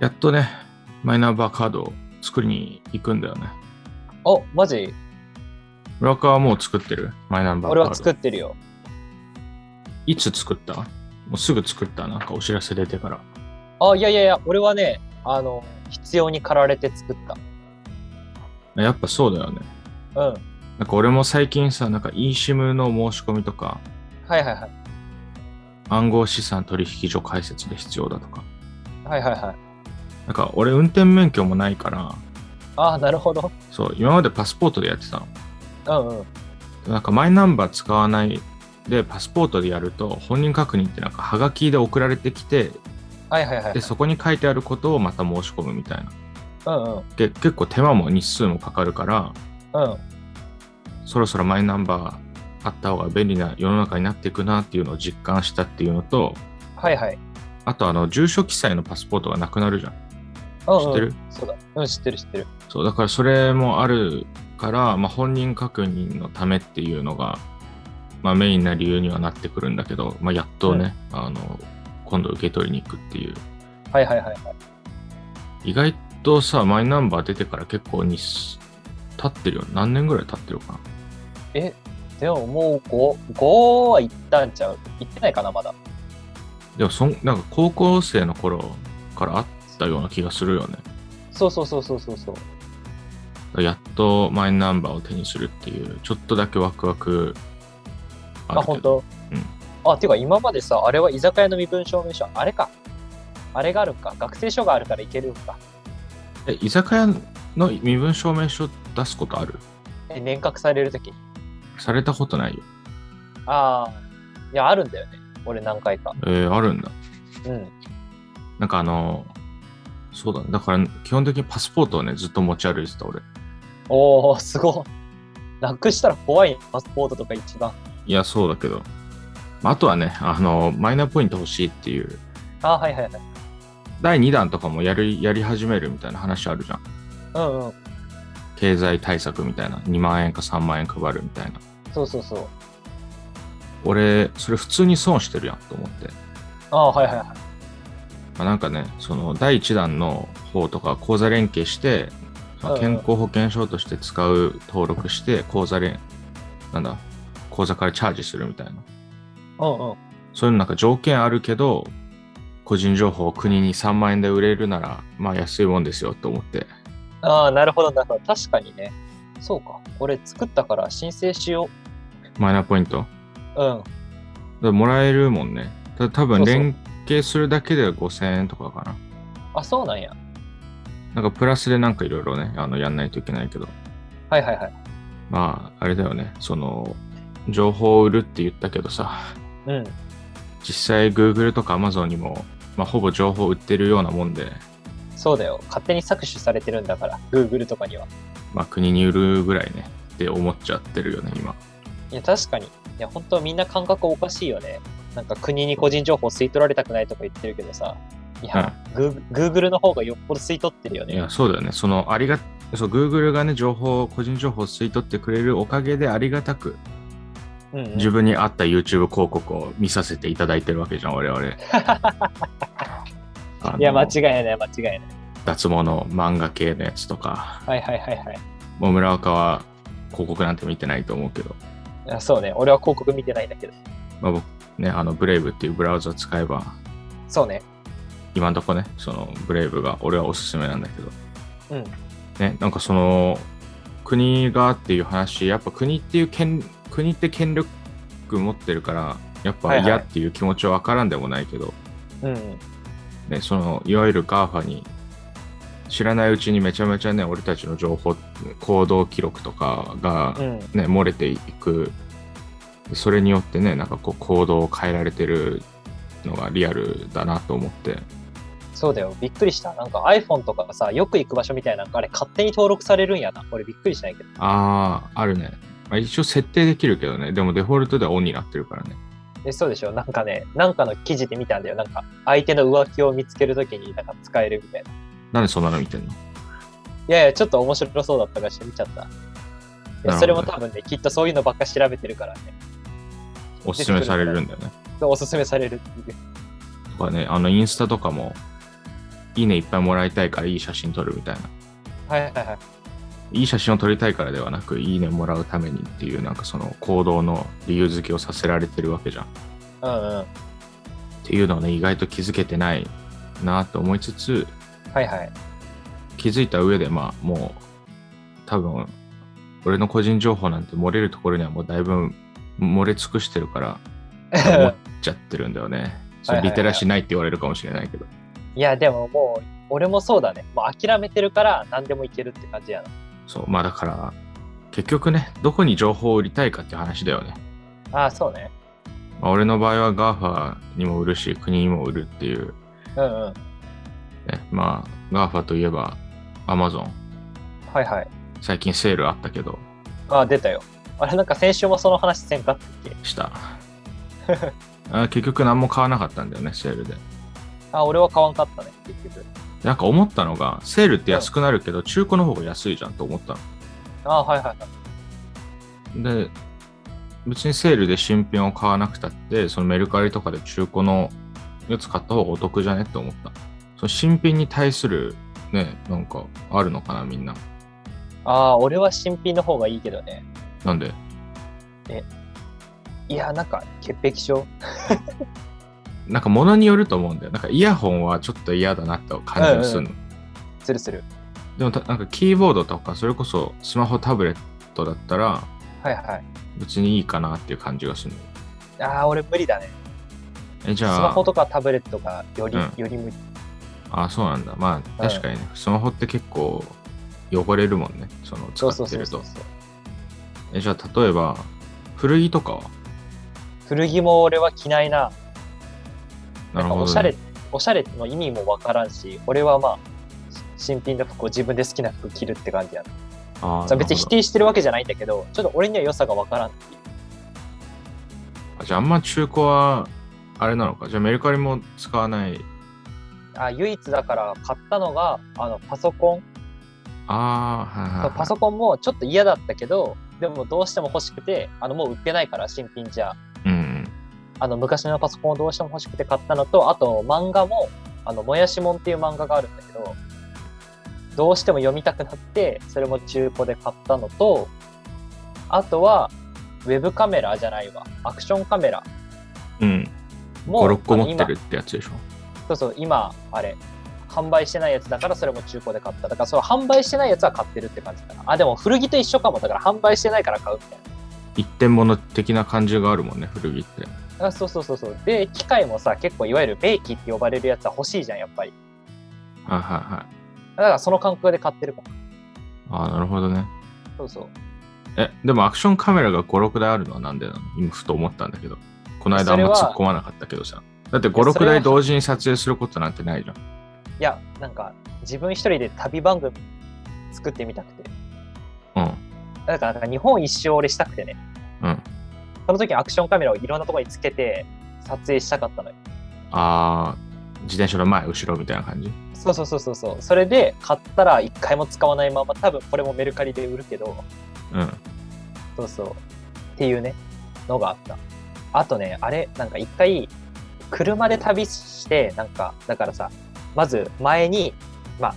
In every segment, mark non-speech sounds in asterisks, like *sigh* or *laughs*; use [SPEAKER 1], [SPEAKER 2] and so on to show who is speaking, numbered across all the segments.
[SPEAKER 1] やっとね、マイナンバーカードを作りに行くんだよね。
[SPEAKER 2] お、マジ
[SPEAKER 1] 村岡はもう作ってるマイナンバーカー
[SPEAKER 2] 俺
[SPEAKER 1] ド。
[SPEAKER 2] は作ってるよ。
[SPEAKER 1] いつ作ったもうすぐ作ったなんかお知らせ出てから。
[SPEAKER 2] あ、いやいやいや、俺はね、あの、必要に駆られて作っ
[SPEAKER 1] やっぱそうだよね。
[SPEAKER 2] た。うん。
[SPEAKER 1] なんか俺も最近さ、なんか eSIM の申し込みとか、
[SPEAKER 2] はいはいはい。
[SPEAKER 1] 暗号資産取引所開設で必要だとか。
[SPEAKER 2] はいはいはい。
[SPEAKER 1] なんか俺運転免許もないから、
[SPEAKER 2] あ、なるほど。
[SPEAKER 1] そう、今までパスポートでやってたの。
[SPEAKER 2] うんうん。
[SPEAKER 1] なんかマイナンバー使わないでパスポートでやると本人確認ってなんかハガキで送られてきて
[SPEAKER 2] はいはいはい。
[SPEAKER 1] でそこに書いてあることをまた申し込むみたいな
[SPEAKER 2] うんうん。
[SPEAKER 1] け結構手間も日数もかかるから
[SPEAKER 2] うん。
[SPEAKER 1] そろそろマイナンバーあった方が便利な世の中になっていくなっていうのを実感したっていうのと
[SPEAKER 2] はいはい。
[SPEAKER 1] あとあの住所記載のパスポートがなくなるじゃん
[SPEAKER 2] うん、うん。
[SPEAKER 1] 知ってる
[SPEAKER 2] そうだ。うん、知ってる知ってる。
[SPEAKER 1] そうだからそれもあるから、まあ、本人確認のためっていうのが、まあ、メインな理由にはなってくるんだけど、まあ、やっとね、あの今度受け取りに行くっていう
[SPEAKER 2] はいはいはい。
[SPEAKER 1] 意外とさマイナンバー出てから結構に経ってるよ何年ぐらい経ってるかな
[SPEAKER 2] え、でももう5、5は行ったんちゃう行ってないかな、まだ。
[SPEAKER 1] でもそんなんか高校生の頃からあったような気がするよねだか
[SPEAKER 2] そうそうそうそうそうそう。
[SPEAKER 1] らやっとマイナンバーを手にするっていうちょっとだけワクワク
[SPEAKER 2] あ、
[SPEAKER 1] るけ
[SPEAKER 2] 本
[SPEAKER 1] ど
[SPEAKER 2] 当。あ、ていうか今までさ、あれは居酒屋の身分証明書、あれか。あれがあるか。学生証があるからいけるんか。
[SPEAKER 1] え居酒屋の身分証明書出すことある
[SPEAKER 2] え、年額されるときに。
[SPEAKER 1] されたことないよ
[SPEAKER 2] ああ。いや、あるんだよね。俺何回か。
[SPEAKER 1] えーあるんだ
[SPEAKER 2] うん。
[SPEAKER 1] なんかあのそうだねだから基本的にパスポートをねずっと持ち歩いてた俺
[SPEAKER 2] おおすごい。なくしたら怖いねパスポートとか一番。
[SPEAKER 1] いやそうだけどまああとはねあのマイナポイント欲しいっていう
[SPEAKER 2] あーはいはいはい。
[SPEAKER 1] 第2弾とかもやるやり始めるみたいな話あるじゃん。
[SPEAKER 2] うんうん。
[SPEAKER 1] 経済対策みたいな。2万円か3万円配るみたいな。
[SPEAKER 2] そうそうそう。
[SPEAKER 1] 俺、それ普通に損してるやんと思って。
[SPEAKER 2] ああーはいはいはい。
[SPEAKER 1] まあ、なんかね、その第1弾の方とか口座連携して、まあ
[SPEAKER 2] うんう
[SPEAKER 1] 健
[SPEAKER 2] ん
[SPEAKER 1] 康保険証として使う、登録して、口座連、なんだ、口座からチャージするみたいな。
[SPEAKER 2] うんうん。
[SPEAKER 1] そういうのなんか条件あるけど、個人情報を国に3万円で売れるなら、まあ安いもんですよと思って。
[SPEAKER 2] ああ、なるほどなるほど。確かにね。そうか。俺作ったから申請しよ
[SPEAKER 1] マイナポイント。
[SPEAKER 2] う。うん。
[SPEAKER 1] だからもらえるもんね。た多分
[SPEAKER 2] そうそう
[SPEAKER 1] 連携するだけで5000円とかかな。
[SPEAKER 2] あ、そうなんや。
[SPEAKER 1] なんかプラスでなんかいろいろね、あのやんないといけないけど。
[SPEAKER 2] はいはいはい。
[SPEAKER 1] まあ、あれだよね。その、情報を売るって言ったけどさ、
[SPEAKER 2] うん。
[SPEAKER 1] 実際 Google とか Amazon にも、まあ、ほぼ情報を売ってるようなもんで、
[SPEAKER 2] そうだよ。勝手に搾取されてるんだから、Google とかには。
[SPEAKER 1] まあ国に売るぐらいね、って思っちゃってるよね、今。
[SPEAKER 2] いや、確かに。いや、本当みんな感覚おかしいよね。なんか国に個人情報吸い取られたくないとか言ってるけどさ。いや、Goog- Google の方がよっぽど吸い取ってるよ
[SPEAKER 1] い
[SPEAKER 2] ね。
[SPEAKER 1] や、そうだよね。その、ありが、そう、Google がね、情報を、個人情報を吸い取ってくれるおかげでありがたく、
[SPEAKER 2] うん、うん。
[SPEAKER 1] 自分に合った YouTube 広告を見させていただいてるわけじゃん、我
[SPEAKER 2] *laughs*
[SPEAKER 1] 々。あの
[SPEAKER 2] いや、間違いない、間違いない。
[SPEAKER 1] 脱毛の漫画系のやつとか、
[SPEAKER 2] はいはいはいはい。い
[SPEAKER 1] もう村岡は広告なんて見てないと思うけど、
[SPEAKER 2] やそうね。俺は広告見てないんだけど。
[SPEAKER 1] まあ、僕ね、あの、ブレイブっていうブラウザ使えば、
[SPEAKER 2] そうね。
[SPEAKER 1] 今んとこね、そのブレイブが俺はおすすめなんだけど、
[SPEAKER 2] うん。
[SPEAKER 1] ね、なんかその、国がっていう話、やっぱ国っていう権、国って権力持ってるから、やっぱ
[SPEAKER 2] はいはい
[SPEAKER 1] 嫌っていう気持ちはわからんでもないけど、
[SPEAKER 2] うん。
[SPEAKER 1] ね、そのいわゆる GAFA に知らないうちにめちゃめちゃね俺たちの情報行動記録とかが
[SPEAKER 2] う、ん。
[SPEAKER 1] ね漏れていくそれによってねなんかこう行動を変えられてるのがリアルだなと思って
[SPEAKER 2] そうだよ。びっくりした。なんか iPhone とかさ、よく行く場所みたいな、あれ勝手に登録されるんやな。俺びっくりしないけど。
[SPEAKER 1] あああるね、まあ、一応設定できるけどねでもデフォルトではオンになってるからね
[SPEAKER 2] えそうでしょなんかね、なんかの記事で見たんだよ。なんか、相手の浮気を見つけるときに、なんか使えるみたいな。い
[SPEAKER 1] なんでそんなの見てんの
[SPEAKER 2] やいや、ちょっと面白そうだったからして見ちゃった。い
[SPEAKER 1] なるほど
[SPEAKER 2] や
[SPEAKER 1] ね
[SPEAKER 2] それも多分ね、きっとそういうのばっか調べてるからね。
[SPEAKER 1] おすすめされるんだよね *laughs*
[SPEAKER 2] おすすめされるっていう。
[SPEAKER 1] とかねあのインスタとかもいいねいっぱいもらいたいからいい写真撮るみたいな。
[SPEAKER 2] はいはいはい。
[SPEAKER 1] いい写真を撮りたいからではなく、いいねもらうためにっていう、なんかその行動の理由付けをさせられてるわけじゃん。っ
[SPEAKER 2] うんうん。
[SPEAKER 1] ていうのをね、意外と気づけてないなと思いつつ、
[SPEAKER 2] はいはい。
[SPEAKER 1] 気づいた上で、まあもう、多分、俺の個人情報なんて漏れるところにはもうだいぶ漏れ尽くしてるから、思っちゃってるんだよね。それリテラシーないって言われるかもしれないけど。
[SPEAKER 2] *laughs* いや、でももう、俺もそうだね。もう諦めてるから何でもいけるって感じやな。
[SPEAKER 1] そう、まあだから、結局ね、どこに情報を売りたいかっていう話だよね。
[SPEAKER 2] ああ、そうね。
[SPEAKER 1] まあ、俺の場合は GAFA にも売るし、国にも売るっていう、
[SPEAKER 2] うんうん。は
[SPEAKER 1] ね、まあ GAFA といえば Amazon、
[SPEAKER 2] いはい。
[SPEAKER 1] 最近セールあったけど、
[SPEAKER 2] ああ、出たよ。あれ、なんか先週もその話せんかったっけ
[SPEAKER 1] した。あ結局何も買わなかったんだよね、セールで。
[SPEAKER 2] ああ、俺は買わんかったね、結局。
[SPEAKER 1] なんか思ったのが、セールって安くなるけど、中古の方が安いじゃんと思った
[SPEAKER 2] ああ、はいはいはい。
[SPEAKER 1] の。で、別にセールで新品を買わなくたって、そのメルカリとかで中古のやつ買った方がお得じゃねって思った。その新品に対する、ね、なんかあるのかな、みんな。
[SPEAKER 2] ああ、俺は新品の方がいいけどね。
[SPEAKER 1] なんで
[SPEAKER 2] いや、なんか、潔癖症。
[SPEAKER 1] なんか物によると思うんだよ。なんかイヤホンはちょっと嫌だなと感じがするの。
[SPEAKER 2] するする。
[SPEAKER 1] でもたなんかキーボードとかそれこそスマホタブレットだったら
[SPEAKER 2] はいはい。
[SPEAKER 1] 別にいいかなっていう感じがするの。
[SPEAKER 2] ああ、俺無理だね。
[SPEAKER 1] えじ
[SPEAKER 2] ス
[SPEAKER 1] ゃあ
[SPEAKER 2] マホとかタブレットがより、
[SPEAKER 1] うん
[SPEAKER 2] より無理。
[SPEAKER 1] あそうなんだ。まあ
[SPEAKER 2] うん
[SPEAKER 1] 確かにね、スマホって結構汚れるもんね。その使
[SPEAKER 2] そうそう
[SPEAKER 1] って
[SPEAKER 2] そう
[SPEAKER 1] る
[SPEAKER 2] そう
[SPEAKER 1] と。。えじゃあ例えば古着とかは
[SPEAKER 2] 古着も俺は着ないな。
[SPEAKER 1] な
[SPEAKER 2] な
[SPEAKER 1] る
[SPEAKER 2] んか
[SPEAKER 1] ほ
[SPEAKER 2] おし
[SPEAKER 1] ど
[SPEAKER 2] ゃ
[SPEAKER 1] ね、
[SPEAKER 2] れ、おしゃれの意味もわからんし、俺はまあ、新品の服を自分で好きな服着るって感じやな。
[SPEAKER 1] あ
[SPEAKER 2] さ
[SPEAKER 1] ー
[SPEAKER 2] 別に否定してるわけじゃないんだけど、ちょっと俺には良さがわからんっていう。
[SPEAKER 1] なるほどあじゃああんま中古はあれなのか。じゃあメルカリも使わない。
[SPEAKER 2] あ唯一だから買ったのが、あの、パソコン。
[SPEAKER 1] ああ、はいはいはい、
[SPEAKER 2] パソコンもちょっと嫌だったけど、でもどうしても欲しくて、あの、もう売ってないから、新品じゃ。
[SPEAKER 1] うんうん。
[SPEAKER 2] あの昔のパソコンをどうしても欲しくて買ったのと、あと漫画も、あの、もやしもんっていう漫画があるんだけど、どうしても読みたくなって、それも中古で買ったのと、あとは、ウェブカメラじゃないわ、アクションカメラ
[SPEAKER 1] うん。
[SPEAKER 2] も、
[SPEAKER 1] 5、6個持って
[SPEAKER 2] あの
[SPEAKER 1] るってやつでしょ。
[SPEAKER 2] 今そうそう、今、あれ、販売してないやつだからそれも中古で買った。だからその販売してないやつは買ってるって感じかな。あ、でも古着と一緒かも。だから販売してないから買うみたいな。
[SPEAKER 1] 一点物的な感じがあるもんね、古着って。
[SPEAKER 2] あそうそうそうそう。で、機械もさ、結構いわゆる名機って呼ばれるやつは欲しいじゃん、やっぱり。
[SPEAKER 1] はいはいはい。
[SPEAKER 2] だからその感覚で買ってるかも。
[SPEAKER 1] ああ、なるほどね。
[SPEAKER 2] そうそう。
[SPEAKER 1] え、でもアクションカメラが5、6台あるのはなんでなの今ふと思ったんだけど。この間あんま突っ込まなかったけどさ。だって5、
[SPEAKER 2] いやそ
[SPEAKER 1] 6
[SPEAKER 2] れは
[SPEAKER 1] 台同時に撮影することなんてないじゃん。
[SPEAKER 2] いや、なんか自分一人で旅番組作ってみたくて。
[SPEAKER 1] うん。
[SPEAKER 2] だからなんか日本一周俺したくてね。
[SPEAKER 1] うん。
[SPEAKER 2] その時アクションカメラをいろんなところにつけて撮影したかったのよ。
[SPEAKER 1] ああ、自転車の前、後ろみたいな感じ。
[SPEAKER 2] そうそうそうそうそう。それで買ったら一回も使わないまま、多分これもメルカリで売るけど、
[SPEAKER 1] うん。
[SPEAKER 2] そうそう。っていうね、のがあった。あとね、あれ、なんか一回車で旅して、なんか、だからさ、まず前に、まあ、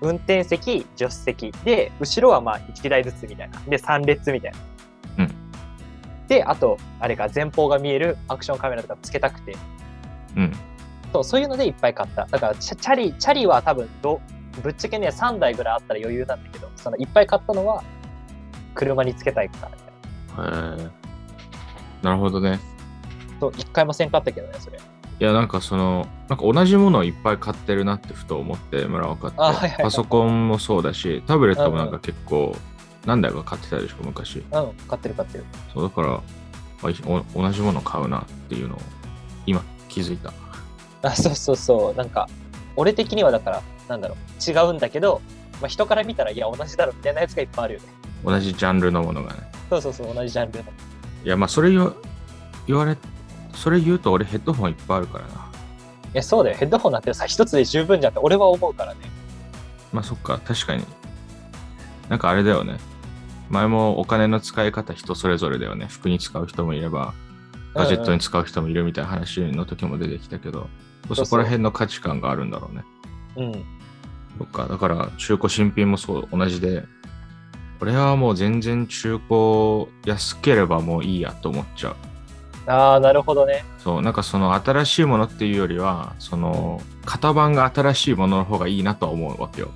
[SPEAKER 2] 運転席、助手席で、後ろはまあ1台ずつみたいな。で、3列みたいな。
[SPEAKER 1] うん
[SPEAKER 2] で、あと、あれか、前方が見えるアクションカメラとかつけたくて、
[SPEAKER 1] うん。
[SPEAKER 2] そうそういうのでいっぱい買った。だからチャ、チャリ、チャリは多分ど、ぶっちゃけね、3台ぐらいあったら余裕なんだけど、そのいっぱい買ったのは、車につけたいからみたいな。
[SPEAKER 1] へえ。なるほどね。
[SPEAKER 2] そう、1回もせんかったけどね、それ。
[SPEAKER 1] いや、なんかその、なんか同じものをいっぱい買ってるなってふと思って、村岡って。
[SPEAKER 2] あはいはいはい
[SPEAKER 1] パソコンもそうだし、タブレットもなんか結構、何台か買ってたでしょ、昔。
[SPEAKER 2] うん、買ってる買ってる。 *laughs*
[SPEAKER 1] そうだからあいお同じもの買うなっていうのを今気づいた
[SPEAKER 2] あ、そうそうそう。なんか、俺的にはだから、なんだろう、違うんだけど、まあ、人から見たら、いや、同じだろみたいなやつがいっぱいあるよね。
[SPEAKER 1] 同じジャンルのものがね
[SPEAKER 2] そうそうそう、同じジャンルの。
[SPEAKER 1] いやまあそれ言わ言われそれ言うと俺ヘッドホンいっぱいあるからない
[SPEAKER 2] や、そうだよ。ヘッドホンなんてさ、一つで十分じゃんって俺は思うからね。
[SPEAKER 1] まあそっか確かになんかあれだよね前もお金の使い方人それぞれだよね服に使う人もいればガジェットに使う人もいるみたいな話の時も出てきたけど、
[SPEAKER 2] そう
[SPEAKER 1] そこら辺の価値観があるんだろうね
[SPEAKER 2] うん。
[SPEAKER 1] そっか、だから中古新品もそう、同じで、俺はもう全然中古安ければもういいやと思っちゃう。
[SPEAKER 2] ああ、なるほどね。
[SPEAKER 1] そう、なんかその新しいものっていうよりは、その型番が新しいものの方がいいなとは思うわけよ。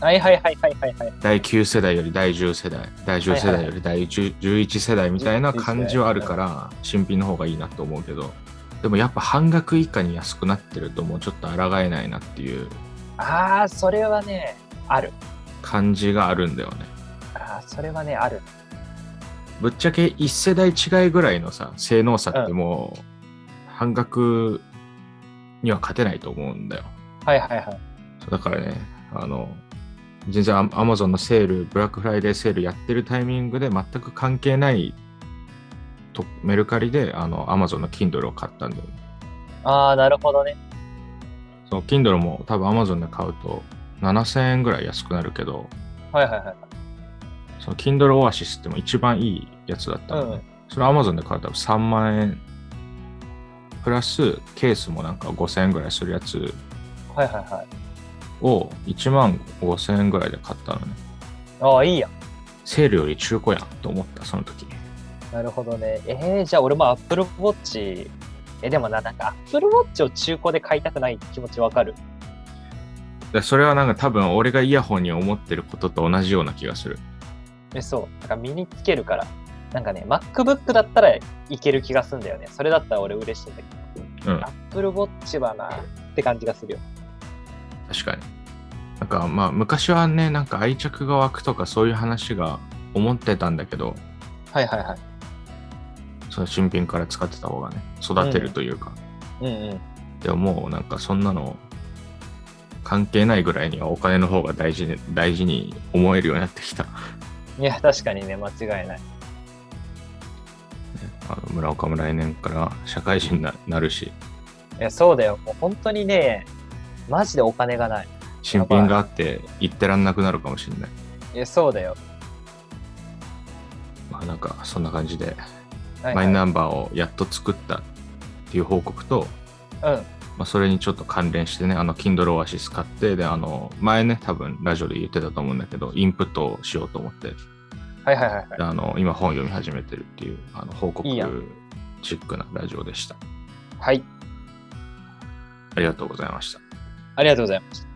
[SPEAKER 2] はいはいはいはいはいはい。
[SPEAKER 1] 第9世代より第10世代、第10世代より第10 11世代みたいな感じはあるから、新品の方がいいなと思うけど、でもやっぱ半額以下に安くなってるともうちょっと抗えないなっていう
[SPEAKER 2] ああ、それはね、ある。
[SPEAKER 1] 感じがあるんだよね。
[SPEAKER 2] ああ、それはね、ある。
[SPEAKER 1] ぶっちゃけ1世代違いぐらいのさ性能差ってもう半額には勝てないと思うんだよ
[SPEAKER 2] はいはいはい。
[SPEAKER 1] そうだからねあの全然アマゾンのセールブラックフライデーセールやってるタイミングで全く関係ないとメルカリであのアマゾンの Kindle を買ったんだよね
[SPEAKER 2] ああ、なるほどね。
[SPEAKER 1] その Kindle も多分アマゾンで買うと7000円ぐらい安くなるけど
[SPEAKER 2] はいはいはい。
[SPEAKER 1] その Kindle オアシスっても一番いいやつだったのね、
[SPEAKER 2] うん
[SPEAKER 1] それ Amazon で買うと多分3万円プラスケースもなんか5000円ぐらいするやつ
[SPEAKER 2] はいはいはい。
[SPEAKER 1] を1万5000円ぐらいで買ったのね
[SPEAKER 2] ああ、いいや。
[SPEAKER 1] セールより中古やと思ったその時
[SPEAKER 2] なるほどね。えー、じゃあ俺も Apple Watch、え、でもな、なんか Apple Watch を中古で買いたくない気持ちわかる。
[SPEAKER 1] でそれはなんか多分俺がイヤホンに思ってることと同じような気がする
[SPEAKER 2] え、そう。なんか身につけるから。なんかね、MacBook だったらいける気がすんだよね。それだったら俺嬉しいんだけ
[SPEAKER 1] うん
[SPEAKER 2] ど、Apple Watch はな、って感じがするよ。
[SPEAKER 1] 確かになんかまあ昔はねなんか愛着が湧くとかそういう話が思ってたんだけど
[SPEAKER 2] はいはいはい。
[SPEAKER 1] その新品から使ってた方がね育てるというか、
[SPEAKER 2] うんうん。
[SPEAKER 1] でももうなんかそんなの関係ないぐらいにはお金の方が大事に大事に思えるようになってきた
[SPEAKER 2] いや、確かにね、間違いない。
[SPEAKER 1] あの村岡も来年から社会人にななるし
[SPEAKER 2] いや、そうだよ。もう本当にね、マジでお金がない。
[SPEAKER 1] 新品があって行ってらんなくなるかもしれない
[SPEAKER 2] いや、そうだよ。
[SPEAKER 1] まあなんかそんな感じで
[SPEAKER 2] はい
[SPEAKER 1] マ
[SPEAKER 2] はい
[SPEAKER 1] イナンバーをやっと作ったっていう報告と、
[SPEAKER 2] うん。
[SPEAKER 1] まあ、それにちょっと関連してねあの Kindle オアシス買ってであの前ね多分ラジオで言ってたと思うんだけどインプットをしようと思って
[SPEAKER 2] はいはいはいはい。
[SPEAKER 1] あの今本読み始めてるっていうあの報告
[SPEAKER 2] いいや
[SPEAKER 1] チックなラジオでした
[SPEAKER 2] はい。
[SPEAKER 1] ありがとうございました。
[SPEAKER 2] ありがとうございました。